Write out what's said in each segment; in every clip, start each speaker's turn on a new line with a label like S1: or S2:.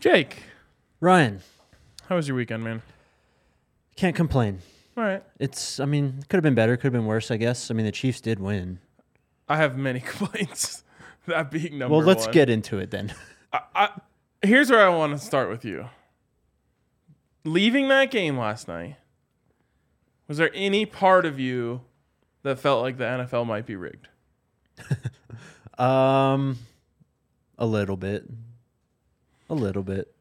S1: Jake,
S2: Ryan,
S1: how was your weekend, man?
S2: can't complain.
S1: All right.
S2: It's, I mean, could have been better, could have been worse, I guess. I mean, the Chiefs did win.
S1: I have many complaints. that being number
S2: Well, let's
S1: one.
S2: get into it then.
S1: I, I, here's where I want to start with you. Leaving that game last night, was there any part of you that felt like the NFL might be rigged?
S2: Um, a little bit, a little bit.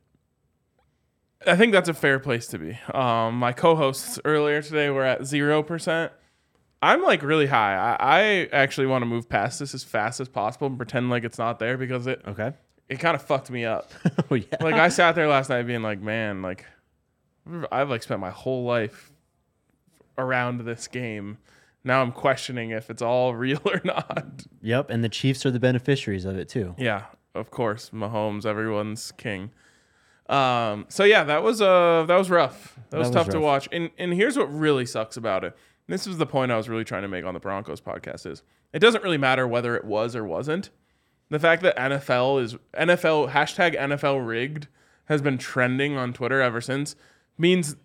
S1: I think that's a fair place to be. Um, my co-hosts earlier today were at zero percent. I'm like really high. I, I actually want to move past this as fast as possible and pretend like it's not there because it
S2: Okay.
S1: it kind of fucked me up.
S2: oh yeah.
S1: like I sat there last night being like, man, like I've like spent my whole life around this game. Now I'm questioning if it's all real or not.
S2: Yep. And the Chiefs are the beneficiaries of it too.
S1: Yeah, of course, Mahomes, everyone's king. Um, so yeah, that was uh that was rough. That was
S2: That was
S1: tough to
S2: rough.
S1: watch. And and here's what really sucks about it. This is the point I was really trying to make on the Broncos podcast is it doesn't really matter whether it was or wasn't. The fact that NFL is NFL hashtag NFL rigged has been trending on Twitter ever since means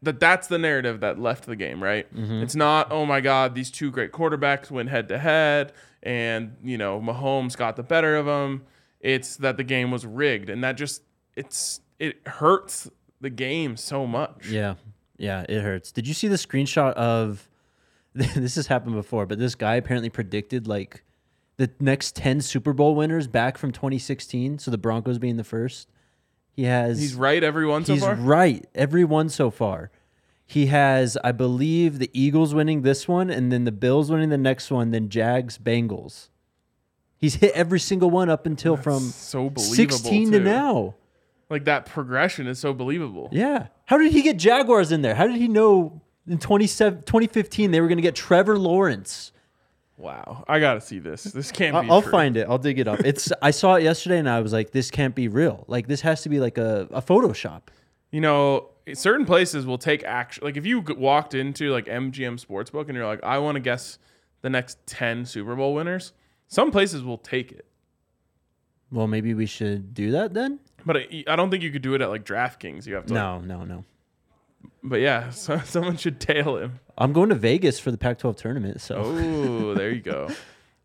S1: that that's the narrative that left the game, right?
S2: Mm-hmm.
S1: It's not, oh my God, these two great quarterbacks went head to head and, you know, Mahomes got the better of them. It's that the game was rigged and that just, it's, it hurts the game so much.
S2: Yeah. Yeah. It hurts. Did you see the screenshot of? This has happened before, but this guy apparently predicted like the next ten Super Bowl winners back from 2016. So the Broncos being the first. He has
S1: He's right every once so
S2: He's
S1: far.
S2: right. Every one so far. He has, I believe, the Eagles winning this one, and then the Bills winning the next one, then Jags, Bengals. He's hit every single one up until from
S1: so believable.
S2: 16 to
S1: too.
S2: now.
S1: Like that progression is so believable.
S2: Yeah. How did he get Jaguars in there? How did he know in 27 2015 they were going to get Trevor Lawrence?
S1: Wow. I got to see this. This can't
S2: I-
S1: be
S2: I'll
S1: true.
S2: find it. I'll dig it up. It's I saw it yesterday and I was like, this can't be real. Like this has to be like a, a Photoshop.
S1: you know, certain places will take action. Like if you g- walked into like MGM Sportsbook and you're like, I want to guess the next 10 Super Bowl winners, some places will take it.
S2: Well, maybe we should do that then.
S1: But uh, I, I don't think you could do it at like DraftKings. You have to.
S2: No, no, no.
S1: But yeah, so, someone should tail him.
S2: I'm going to Vegas for the Pac-12 tournament. So,
S1: Oh, there you go.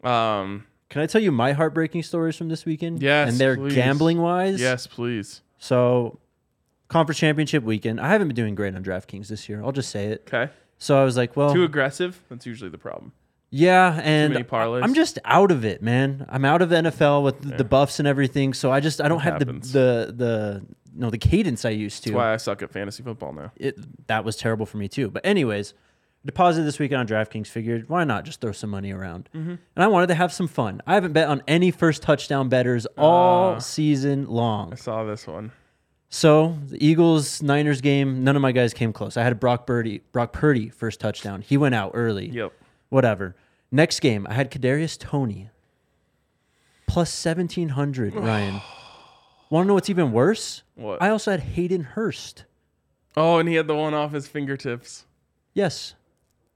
S1: Um,
S2: can I tell you my heartbreaking stories from this weekend?
S1: Yes,
S2: and they're
S1: please.
S2: gambling wise.
S1: yes, please.
S2: So, conference championship weekend. I haven't been doing great on DraftKings this year. I'll just say it.
S1: Okay.
S2: So I was like, well,
S1: Too aggressive. That's usually the problem.
S2: yeah, and
S1: many parlays.
S2: I'm just out of it, man. I'm out of the NFL with the buffs and everything. So I just I don't have the,
S1: happens.
S2: the the no the cadence I used to.
S1: That's why I suck at fantasy football now.
S2: it that was terrible for me too. But anyways, deposited this weekend on DraftKings. Figured why not just throw some money around, and I wanted to have some fun. I haven't bet on any first touchdown betters all season long.
S1: I saw this one.
S2: So the Eagles Niners game, none of my guys came close. I had Brock Purdy, Brock Purdy first touchdown. He went out early.
S1: Yep.
S2: Whatever. Next game, I had Kadarius Tony plus seventeen hundred. Ryan, want to know what's even worse?
S1: What?
S2: I also had Hayden Hurst.
S1: Oh, and he had the one off his fingertips.
S2: Yes.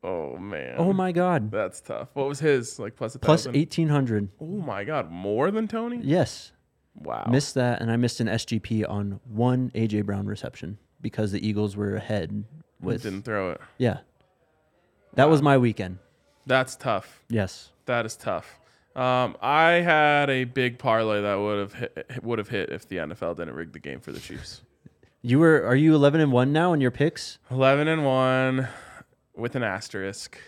S1: Oh man.
S2: Oh my God.
S1: That's tough. What was his like plus a
S2: plus
S1: thousand?
S2: 1800
S1: Oh my god, more than Tony?
S2: yes
S1: Wow.
S2: missed that and i missed an sgp on one aj brown reception because the eagles were ahead with
S1: Didn't throw it.
S2: yeah that was my weekend
S1: That's tough.
S2: yes
S1: That is tough. Um, I had a big parlay that would have hit, would have hit if the NFL didn't rig the game for the Chiefs.
S2: you were are you 11 and 1 now in your picks
S1: 11 and 1 with an asterisk.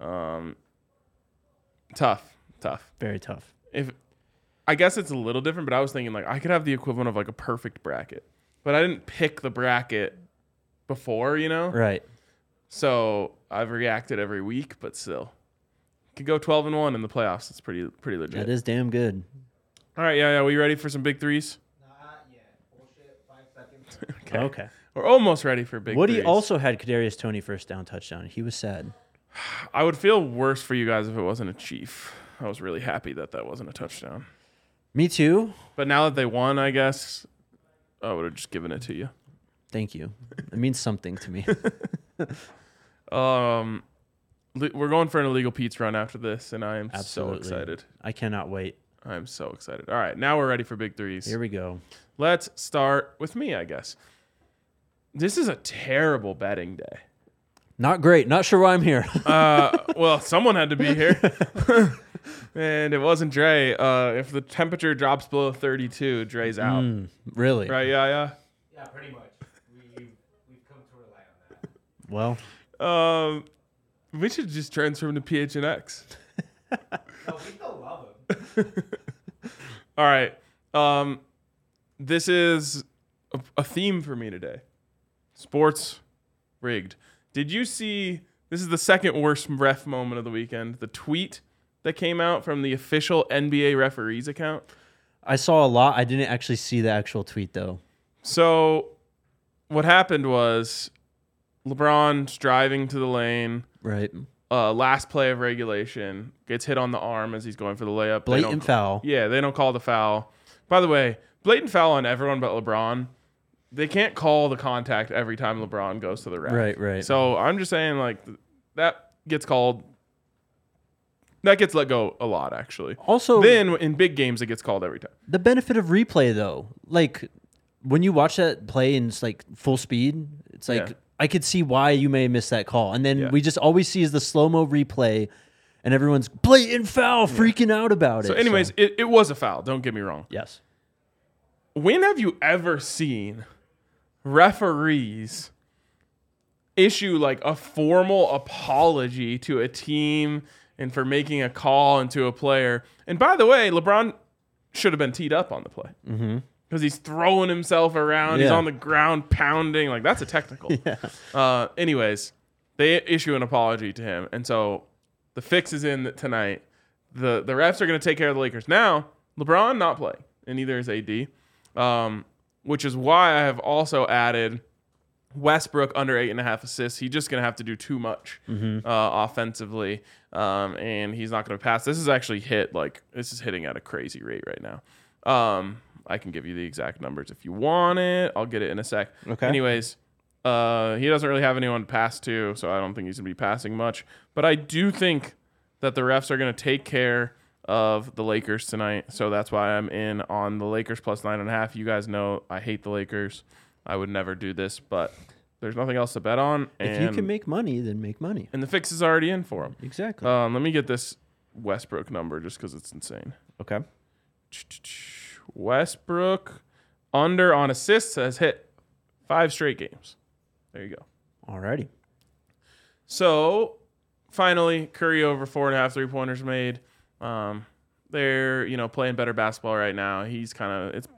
S1: Um, tough, tough.
S2: very tough
S1: If I guess it's a little different, but I was thinking like I could have the equivalent of like a perfect bracket. But I didn't pick the bracket before, you know?
S2: right
S1: So I've reacted every week, but still, could go twelve and one in the playoffs. It's pretty pretty legit.
S2: that is damn good
S1: All right, yeah, yeah. We ready for some big threes? Okay. We're almost ready for big.
S2: woody
S1: threes.
S2: also had Kadarius tony first down touchdown he was sad
S1: I would feel worse for you guys if it wasn't a Chief. I was really happy that that wasn't a touchdown.
S2: me too
S1: But now that they won, I guess I would have just given it to you.
S2: thank you it means something to me
S1: Um, le- we're going for an illegal Pete's run after this, and I am so excited.
S2: i cannot wait
S1: I am so excited. All right, now we're ready for big threes.
S2: here we go
S1: Let's start with me, I guess. This is a terrible betting day.
S2: Not great. Not sure why I'm here.
S1: Uh, well, someone had to be here. and it wasn't Dre. Uh, if the temperature drops below 32, Dre's out.
S2: Mm. Hmm. really?
S1: Right? Yeah, yeah.
S3: Yeah, pretty much. We, we've come to rely on that.
S2: Well,
S1: Um, we should just transform to PHNX.
S3: Oh, we still love him.
S1: All right. Um, this is a, a theme for me today. Sports rigged. Did you see? This is the second worst ref moment of the weekend. The tweet that came out from the official NBA referees account.
S2: I saw a lot. I didn't actually see the actual tweet though.
S1: So, what happened was LeBron's driving to the lane.
S2: Right.
S1: Uh, last play of regulation gets hit on the arm as he's going for the layup. They don't-
S2: Blatant foul.
S1: Yeah, they don't call the foul. By the way, blatant foul on everyone but LeBron. They can't call the contact every time LeBron goes to the ref.
S2: Right, right.
S1: So I'm just saying, like, th- that gets called. That gets let go a lot, actually.
S2: Also,
S1: then in big games, it gets called every time.
S2: the benefit of replay though, like when you watch that play in s- like full speed, it's like
S1: Yeah.
S2: I could see why you may miss that call, and then
S1: Yeah.
S2: we just always see is the slow mo replay, and everyone's blatant foul, freaking out about
S1: So,
S2: it.
S1: anyways, It, it was a foul. Don't get me wrong.
S2: yes,
S1: When have you ever seen referees issue like a formal apology to a team and for making a call and to a player? And by the way, LeBron should have been teed up on the play because he's throwing himself around, he's
S2: Yeah.
S1: on the ground pounding. Like that's a technical. Uh, anyways, they issue an apology to him, and so the fix is in tonight. The the refs are going to take care of the Lakers now. LeBron not playing, and neither is AD, um, which is why I have also added Westbrook under eight and a half assists. He's just going to have to do too much uh, offensively, um, and he's not going to pass. This is actually hit like this is hitting at a crazy rate right now. Um, I can give you the exact numbers if you want it. I'll get it in a sec.
S2: Okay.
S1: Anyways, uh, he doesn't really have anyone to pass to, so I don't think he's going to be passing much. But I do think that the refs are going to take care of the Lakers tonight. So that's why I'm in on the Lakers plus nine and a half. You guys know I hate the Lakers. I would never do this, but there's nothing else to bet on. And,
S2: if you can make money, then make money.
S1: and the fix is already in for him.
S2: Exactly.
S1: Um, let me get this Westbrook number just because it's insane.
S2: okay.
S1: Westbrook under on assists has hit five straight games. There you go.
S2: Alrighty.
S1: So finally, Curry over four and a half three pointers made. Um, they're you know playing better basketball right now. He's kind of it's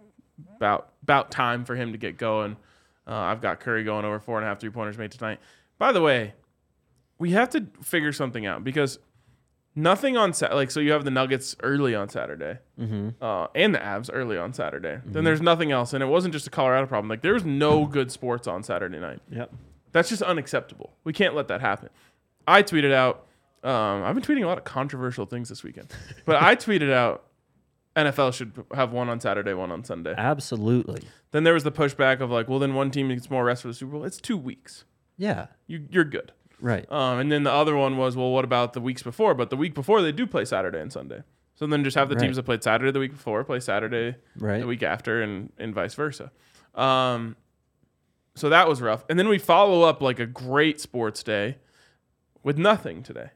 S1: about about time for him to get going. Uh, I've got Curry going over four and a half three pointers made tonight. By the way, we have to figure something out because nothing on Sat like so you have the Nuggets early on Saturday
S2: Mm-hmm.
S1: uh, and the Avs early on Saturday. Then there's nothing else, and it wasn't just a Colorado problem. Like there was no good sports on Saturday night.
S2: Yep.
S1: That's just unacceptable. We can't let that happen. I tweeted out. Um, I've been tweeting a lot of controversial things this weekend, but I tweeted out NFL should have one on Saturday, one on Sunday.
S2: Absolutely.
S1: Then there was the pushback of like, well, then one team gets more rest for the Super Bowl. It's two weeks.
S2: Yeah.
S1: You, you're good.
S2: Right.
S1: Um, and then the other one was, well, what about the weeks before? But the week before they do play Saturday and Sunday. So then just have the
S2: Right.
S1: teams that played Saturday the week before play Saturday
S2: Right.
S1: the week after and and vice versa. Um, so that was rough. And then we follow up like a great sports day with nothing today.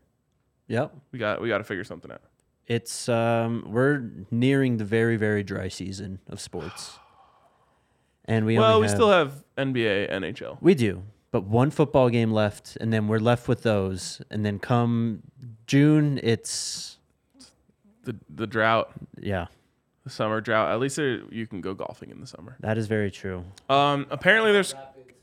S2: yep.
S1: We got we got to figure something out.
S2: It's um we're nearing the very very dry season of sports. And we
S1: well,
S2: only
S1: we
S2: have-
S1: still have NBA, NHL.
S2: We do, but one football game left, and then we're left with those. And then come June, it's
S1: The the drought,
S2: yeah,
S1: the summer drought. At least there, you can go golfing in the summer.
S2: that is very true.
S1: Um, apparently there's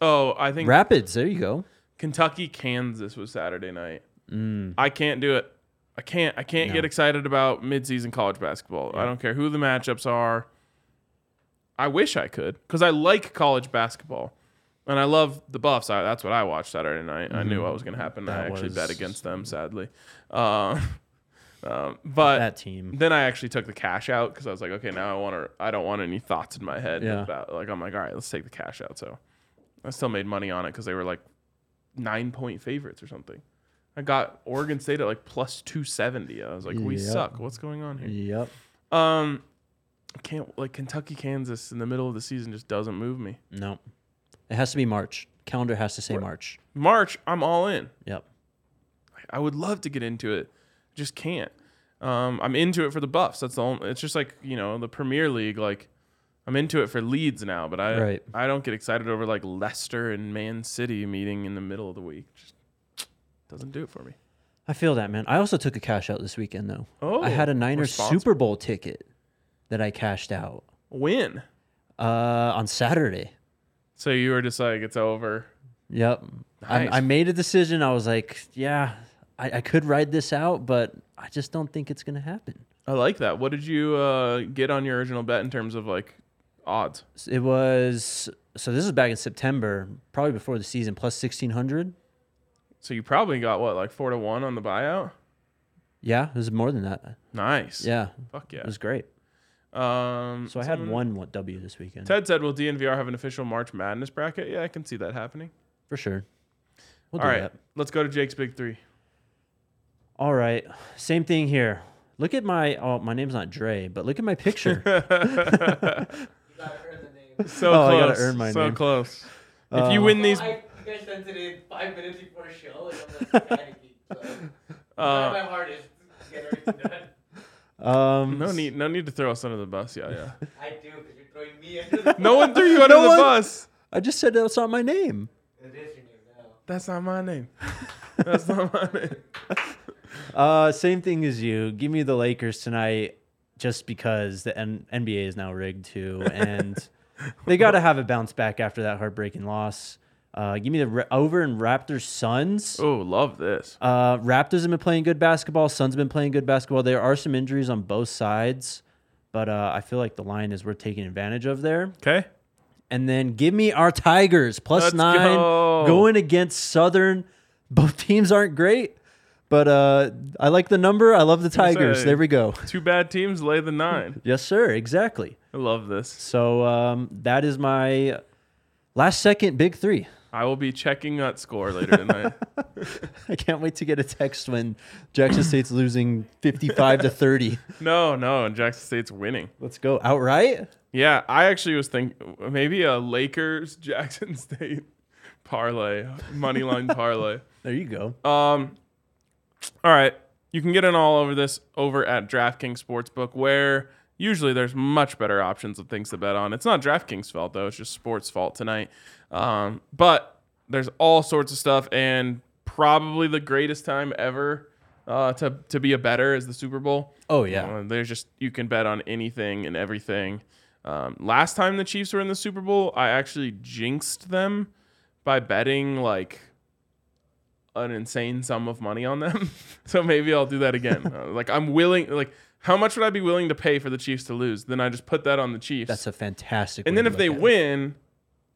S1: oh I think
S2: Rapids, there you go.
S1: Kentucky Kansas was Saturday night.
S2: Mm.
S1: I can't do it. I can't. I can't get excited about midseason college basketball. I don't care who the matchups are. I wish I could because I like college basketball, and I love the Buffs. I, that's what I watched Saturday night. I knew what was going to happen. I
S2: Mm-hmm. That
S1: actually bet
S2: was-
S1: against them, sadly. Um, um, but
S2: That team.
S1: then I actually took the cash out because I was like, okay, now I want to. I don't want any thoughts in my head
S2: Yeah.
S1: about like I'm like, all right, let's take the cash out. So I still made money on it because they were like nine point favorites or something. I got Oregon State at like plus two seventy. I was like, we
S2: Yeah.
S1: suck. What's going on here?
S2: Yep.
S1: Um, can't like Kentucky, Kansas in the middle of the season just doesn't move me.
S2: No, it has to be March. Calendar has to say March.
S1: March, I'm all in.
S2: Yep.
S1: I would love to get into it, just can't. Um, I'm into it for the Buffs. That's the only. It's just like you know the Premier League. Like I'm into it for Leeds now, but I
S2: Right.
S1: I don't get excited over like Leicester and Man City meeting in the middle of the week. Just doesn't do it for me.
S2: I feel that, man. I also took a cash out this weekend though.
S1: Oh,
S2: I had a Niners
S1: responsible.
S2: Super Bowl ticket that I cashed out
S1: Win.
S2: uh, on Saturday.
S1: So you were just like it's over.
S2: Yep.
S1: Nice.
S2: I, I made a decision. I was like, yeah, I, I could ride this out, but I just don't think it's gonna happen.
S1: I like that. What did you uh, get on your original bet in terms of like odds?
S2: S- It was so. This was back in September, probably before the season. Plus sixteen hundred.
S1: So you probably got what like four to one on the buyout.
S2: Yeah, it was more than that.
S1: Nice.
S2: Yeah,
S1: Fuck
S2: it
S1: yeah.
S2: was great.
S1: Um.
S2: So I had
S1: someone-
S2: one wa- W this weekend
S1: Ted said, "Will DNVR have an official March Madness bracket?" Yeah, I can see that happening.
S2: for sure. We'll
S1: All
S2: do
S1: right,
S2: that.
S1: let's go to Jake's big three.
S2: All right. Same thing here. Look at my. Oh, my name's not Dre, but look at my picture.
S3: You gotta earn the name.
S1: So
S2: Oh, I
S1: close.
S2: gotta earn my
S1: so
S2: name. Uh,
S1: close. If you win these,
S3: I, you guys sent it in five minutes before show, and I'm like panicking. So trying
S1: uh,
S3: my hardest to get everything done.
S2: um,
S1: no need, no need to throw us under the bus. Yeah, yeah.
S3: I do, because you're throwing me under the
S1: No one threw you under
S2: No
S1: the
S2: one-
S1: bus.
S2: I just said that's not my name.
S3: It is your name now.
S1: That's not my name. That's not my name.
S2: Uh, same thing as you. Give me the Lakers tonight, just because the N- NBA is now rigged too, and they got to have a bounce back after that heartbreaking loss. Uh, give me the Ra- over and Raptors Suns.
S1: Oh, love this.
S2: Uh, Raptors have been playing good basketball. Suns have been playing good basketball. There are some injuries on both sides, but uh, I feel like the line is worth taking advantage of there.
S1: Okay.
S2: And then give me our Tigers plus
S1: Let's
S2: nine
S1: go.
S2: going against Southern. Both teams aren't great, but uh, I like the number. I love the
S1: gonna
S2: Tigers.
S1: say-
S2: There we go.
S1: Two bad teams lay the nine.
S2: Yes, sir. Exactly.
S1: I love this.
S2: So um, that is my last second big three.
S1: I will be checking that score later tonight.
S2: I can't wait to get a text when Jackson State's losing 55 to 30.
S1: no, no, and Jackson State's winning.
S2: Let's go. Outright?
S1: Yeah, I actually was thinking maybe a Lakers Jackson State parlay, money line parlay.
S2: There you go.
S1: Um, all right, you can get in all over this over at DraftKings Sportsbook, where usually there's much better options of things to bet on. It's not DraftKings' fault though; it's just sports' fault tonight. Um, but there's all sorts of stuff, and probably the greatest time ever uh, to to be a better is the Super Bowl.
S2: Oh, yeah.
S1: Uh, there's just you can bet on anything and everything. Um, last time the Chiefs were in the Super Bowl, I actually jinxed them by betting like an insane sum of money on them. so maybe I'll do that again. Uh, like I'm willing. Like how much would I be willing to pay for the Chiefs to lose? Then I just put that on the Chiefs.
S2: That's a fantastic.
S1: and
S2: way
S1: then
S2: to
S1: if they
S2: look at it.
S1: win,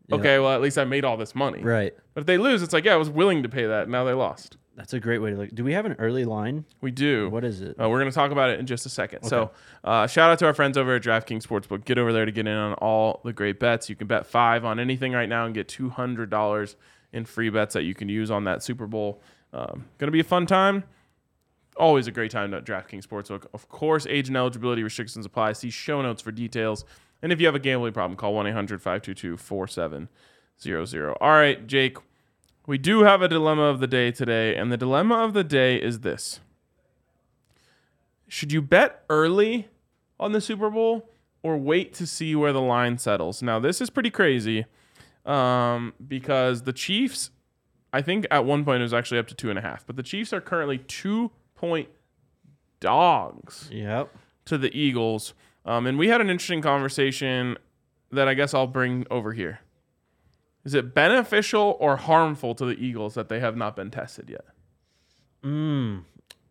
S2: Yeah.
S1: okay, well at least I made all this money.
S2: right?
S1: But if they lose, it's like yeah, I was willing to pay that. Now they lost.
S2: That's a great way to look. Do we have an early line?
S1: We do.
S2: What is it?
S1: Uh, we're going to talk about it in just a second. So, uh, shout out to our friends over at DraftKings Sportsbook. Get over there to get in on all the great bets. You can bet five on anything right now and get two hundred dollars in free bets that you can use on that Super Bowl. Um, going to be a fun time. Always a great time at DraftKings Sportsbook. Of course, age and eligibility restrictions apply. See show notes for details. And if you have a gambling problem, call 1 800 522 4700. All right, Jake, we do have a dilemma of the day today. And the dilemma of the day is this should you bet early on the Super Bowl or wait to see where the line settles? Now, this is pretty crazy um, because the Chiefs, I think at one point it was actually up to two and a half, but the Chiefs are currently two point dogs
S2: Yep.
S1: to the Eagles. Um, and we had an interesting conversation that I guess I'll bring over here. Is it beneficial or harmful to the Eagles that they have not been tested yet?
S2: Mm.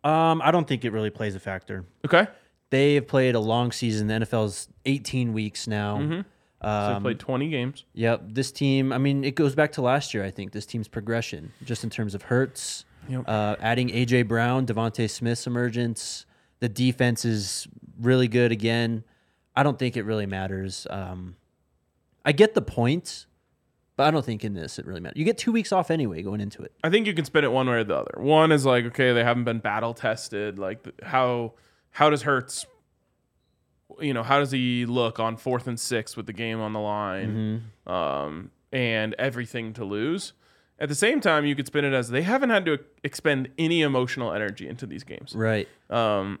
S2: Um, I don't think it really plays a factor.
S1: Okay.
S2: They have played a long season. The NFL's 18 weeks now.
S1: Mhm. So they
S2: Um,
S1: played 20 games.
S2: yep. This team. I mean, it goes back to last year. I think this team's progression, just in terms of Hurts,
S1: Yep.
S2: uh, adding AJ Brown, Devonte Smith's emergence. The defense is really good again. I don't think it really matters. Um, I get the point, but I don't think in this it really matters. You get two weeks off anyway going into it.
S1: I think you can spin it one way or the other. One is like, okay, they haven't been battle tested. Like, th- how how does Hertz you know, how does he look on fourth and six with the game on the line um, and everything to lose? At the same time, you could spin it as they haven't had to e-, expend any emotional energy into these games.
S2: Right.
S1: Um,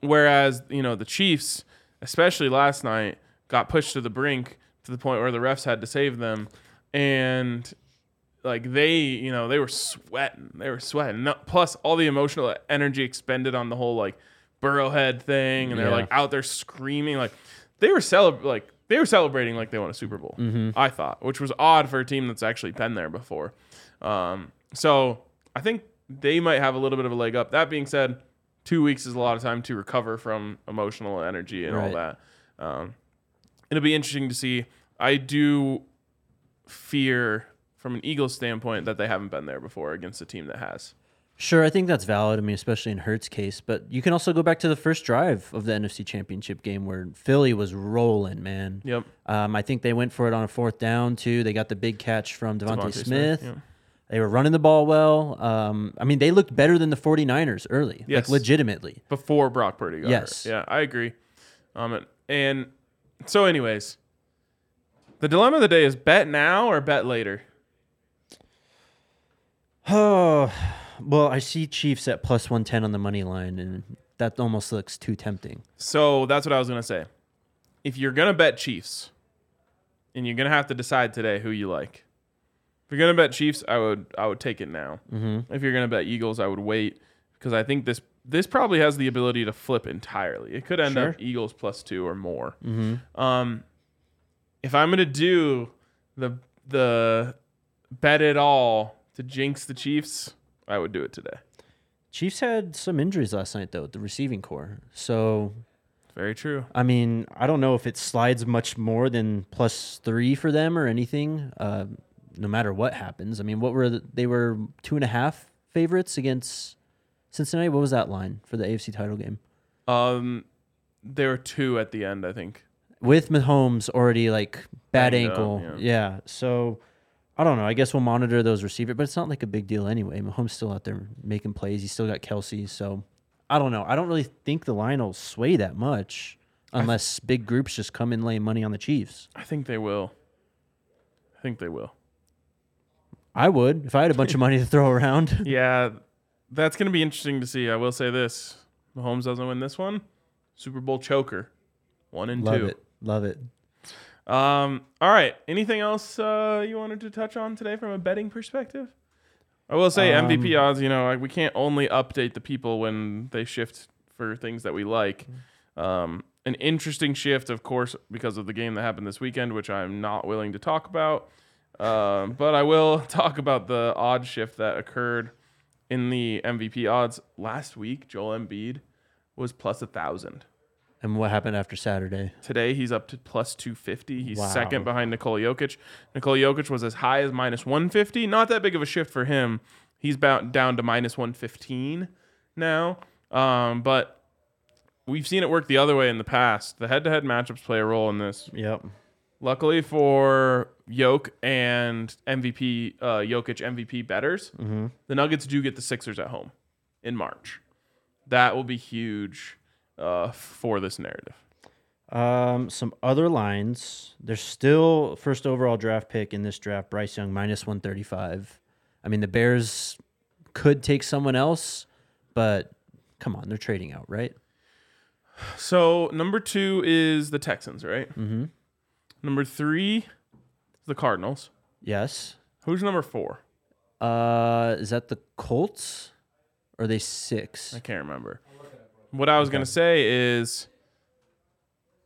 S1: whereas you know the Chiefs, especially last night, got pushed to the brink to the point where the refs had to save them, and like they you know they were sweating, they were sweating. No- Plus all the emotional energy expended on the whole like Burrowhead thing, and they're
S2: Yeah.
S1: like out there screaming like they were celeb like they were celebrating like they won a Super Bowl. I thought, which was odd for a team that's actually been there before. Um, so I think they might have a little bit of a leg up. That being said, two weeks is a lot of time to recover from emotional energy and all
S2: Right.
S1: that. Um, it'll be interesting to see. I do fear, from an Eagles standpoint, that they haven't been there before against a team that has.
S2: Sure, I think that's valid. I mean, especially in Hertz's case, but you can also go back to the first drive of the NFC Championship game where Philly was rolling, man.
S1: Yep.
S2: Um, I think they went for it on a fourth down too. They got the big catch from Devontae,
S1: Devontae Smith,
S2: Smith.
S1: yeah.
S2: They were running the ball well. Um, I mean, they looked better than the 49ers early,
S1: Yes.
S2: like legitimately.
S1: before Brock Purdy got
S2: Yes.
S1: hurt. Yeah, I agree. Um, and, and so, anyways, the dilemma of the day is bet now or bet later.
S2: Oh, well, I see Chiefs at plus 110 on the money line, and that almost looks too tempting.
S1: So that's what I was gonna say. If you're gonna bet Chiefs, and you're gonna have to decide today who you like. If you're gonna bet Chiefs, I would I would take it now. Mm-hmm. If you're gonna bet Eagles, I would wait because I think this this probably has the ability to flip entirely. It could end
S2: Sure.
S1: up Eagles plus two or more. Um, if I'm gonna do the the bet it all to jinx the Chiefs, I would do it today.
S2: Chiefs had some injuries last night, though, at the receiving core. So
S1: Very true.
S2: I mean, I don't know if it slides much more than plus three for them or anything. Uh, no matter what happens, I mean, what were the, they were two and a half favorites against Cincinnati? What was that line for the AFC title game
S1: Um, there were two at the end, I think.
S2: with Mahomes already like bad
S1: Banged up,
S2: ankle?
S1: yeah.
S2: yeah. so I don't know. I guess we'll monitor those receiver, but it's not like a big deal anyway. Mahomes still out there making plays. He's still got Kelsey, so I don't know. I don't really think the line will sway that much unless big groups just come and lay money on the Chiefs.
S1: I think they will. I think they will.
S2: I would if I had a bunch of money to throw around.
S1: Yeah, that's going to be interesting to see. I will say this Mahomes doesn't win this one. Super Bowl choker. One and
S2: Love
S1: two.
S2: it. Love it.
S1: Um, all right. Anything else uh, you wanted to touch on today from a betting perspective? I will say MVP odds, you know, like, we can't only update the people when they shift for things that we like. Um, an interesting shift, of course, because of the game that happened this weekend, which I'm not willing to talk about. Um, but I will talk about the odd shift that occurred in the MVP odds last week. Joel Embiid was plus a thousand.
S2: And what happened after Saturday?
S1: Today he's up to plus 250. He's
S2: Wow.
S1: second behind Nikola Jokic. Nikola Jokic was as high as minus 150. Not that big of a shift for him. He's about down to minus 115 now. Um, but we've seen it work the other way in the past. The head-to-head matchups play a role in this.
S2: Yep.
S1: Luckily for Yoke and MVP uh, Jokic MVP betters, the Nuggets do get the Sixers at home in March. That will be huge uh, for this narrative.
S2: Um, some other lines. There's still first overall draft pick in this draft. Bryce Young minus one thirty five. I mean, the Bears could take someone else, but come on, they're trading out, right?
S1: So number two is the Texans, right? Mm-hmm. Number three is the Cardinals.
S2: Yes.
S1: Who's number four?
S2: Uh, is that the Colts? Or are they six?
S1: I can't remember. What I was gonna say is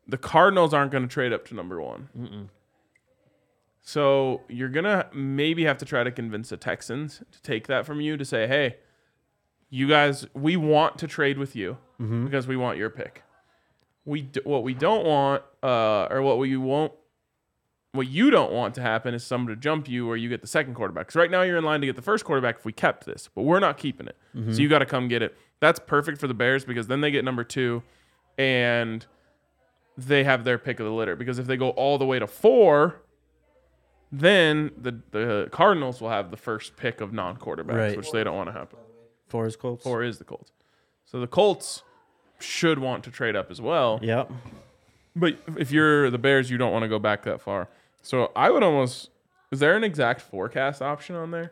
S1: the Cardinals aren't gonna trade up to number one. So you're gonna maybe have to try to convince the Texans to take that from you to say, hey, you guys, we want to trade with you because we want your pick. We d- what we don't want, uh, or what we won't, what you don't want to happen is someone to jump you, or you get the second quarterback. Because right now you're in line to get the first quarterback if we kept this, but we're not keeping it. So you got to come get it. That's perfect for the Bears because then they get number two, and they have their pick of the litter. Because if they go all the way to four, then the the Cardinals will have the first pick of non quarterbacks,
S2: Right.
S1: which they don't want to happen.
S2: Four is Colts.
S1: Four is the Colts. So the Colts should want to trade up as well.
S2: Yep.
S1: But if you're the Bears, you don't want to go back that far. So I would almost. Is there an exact forecast option on there?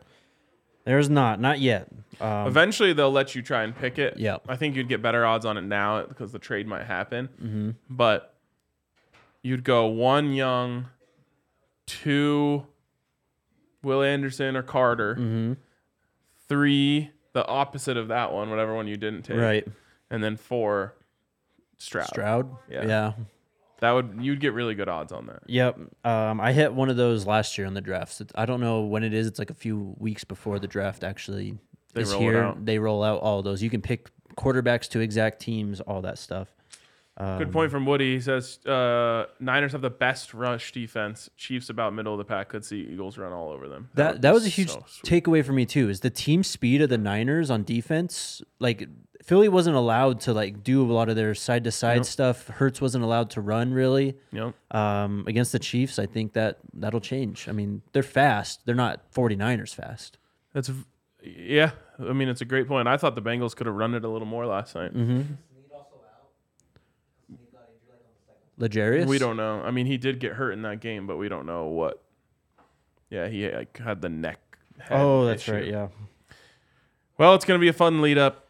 S2: There's not, not yet. Um,
S1: Eventually, they'll let you try and pick it.
S2: Yep.
S1: I think you'd get better odds on it now because the trade might happen.
S2: Mm-hmm.
S1: But you'd go one Young, two Will Anderson or Carter,
S2: Mm-hmm.
S1: three the opposite of that one, whatever one you didn't take,
S2: right,
S1: and then four Stroud.
S2: Stroud.
S1: Yeah.
S2: yeah.
S1: That would you'd get really good odds on that.
S2: Yep. Um, I hit one of those last year on the drafts. It- I don't know when it is. It's like a few weeks before the draft actually
S1: They
S2: is
S1: roll it
S2: here.
S1: out.
S2: They roll out all those. You can pick quarterbacks to exact teams, all that stuff. Um,
S1: Good point from Woody. He says uh, Niners have the best rush defense. Chiefs about middle of the pack. Could see Eagles run all over them.
S2: That
S1: would
S2: that
S1: be
S2: was a huge
S1: so sweet.
S2: takeaway for me too. Is the team speed of the Niners on defense? Like Philly wasn't allowed to like do a lot of their side to side stuff. Hertz wasn't allowed to run really.
S1: Yep.
S2: Um, against the Chiefs, I think that that'll change. I mean, they're fast. They're not 49ers fast.
S1: That's v- yeah. I mean, it's a great point. I thought the Bengals could have run it a little more last night.
S2: Mm-hmm.
S3: Sneed also out. Sneed got injured like on the second.
S2: Legarius.
S1: We don't know. I mean, he did get hurt in that game, but we don't know what. Yeah, he like had the neck. head
S2: Oh, that's
S1: issue.
S2: right. Yeah.
S1: Well, it's gonna be a fun lead up.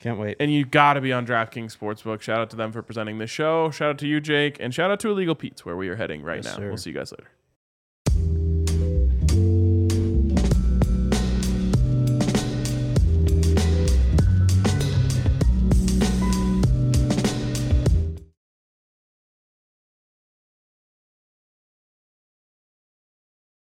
S2: Can't wait.
S1: And you got to be on DraftKings Sportsbook. Shout out to them for presenting this show. Shout out to you, Jake. And shout out to Illegal Pete's, where we are heading right
S2: Yes,
S1: now.
S2: sir.
S1: We'll see you guys later.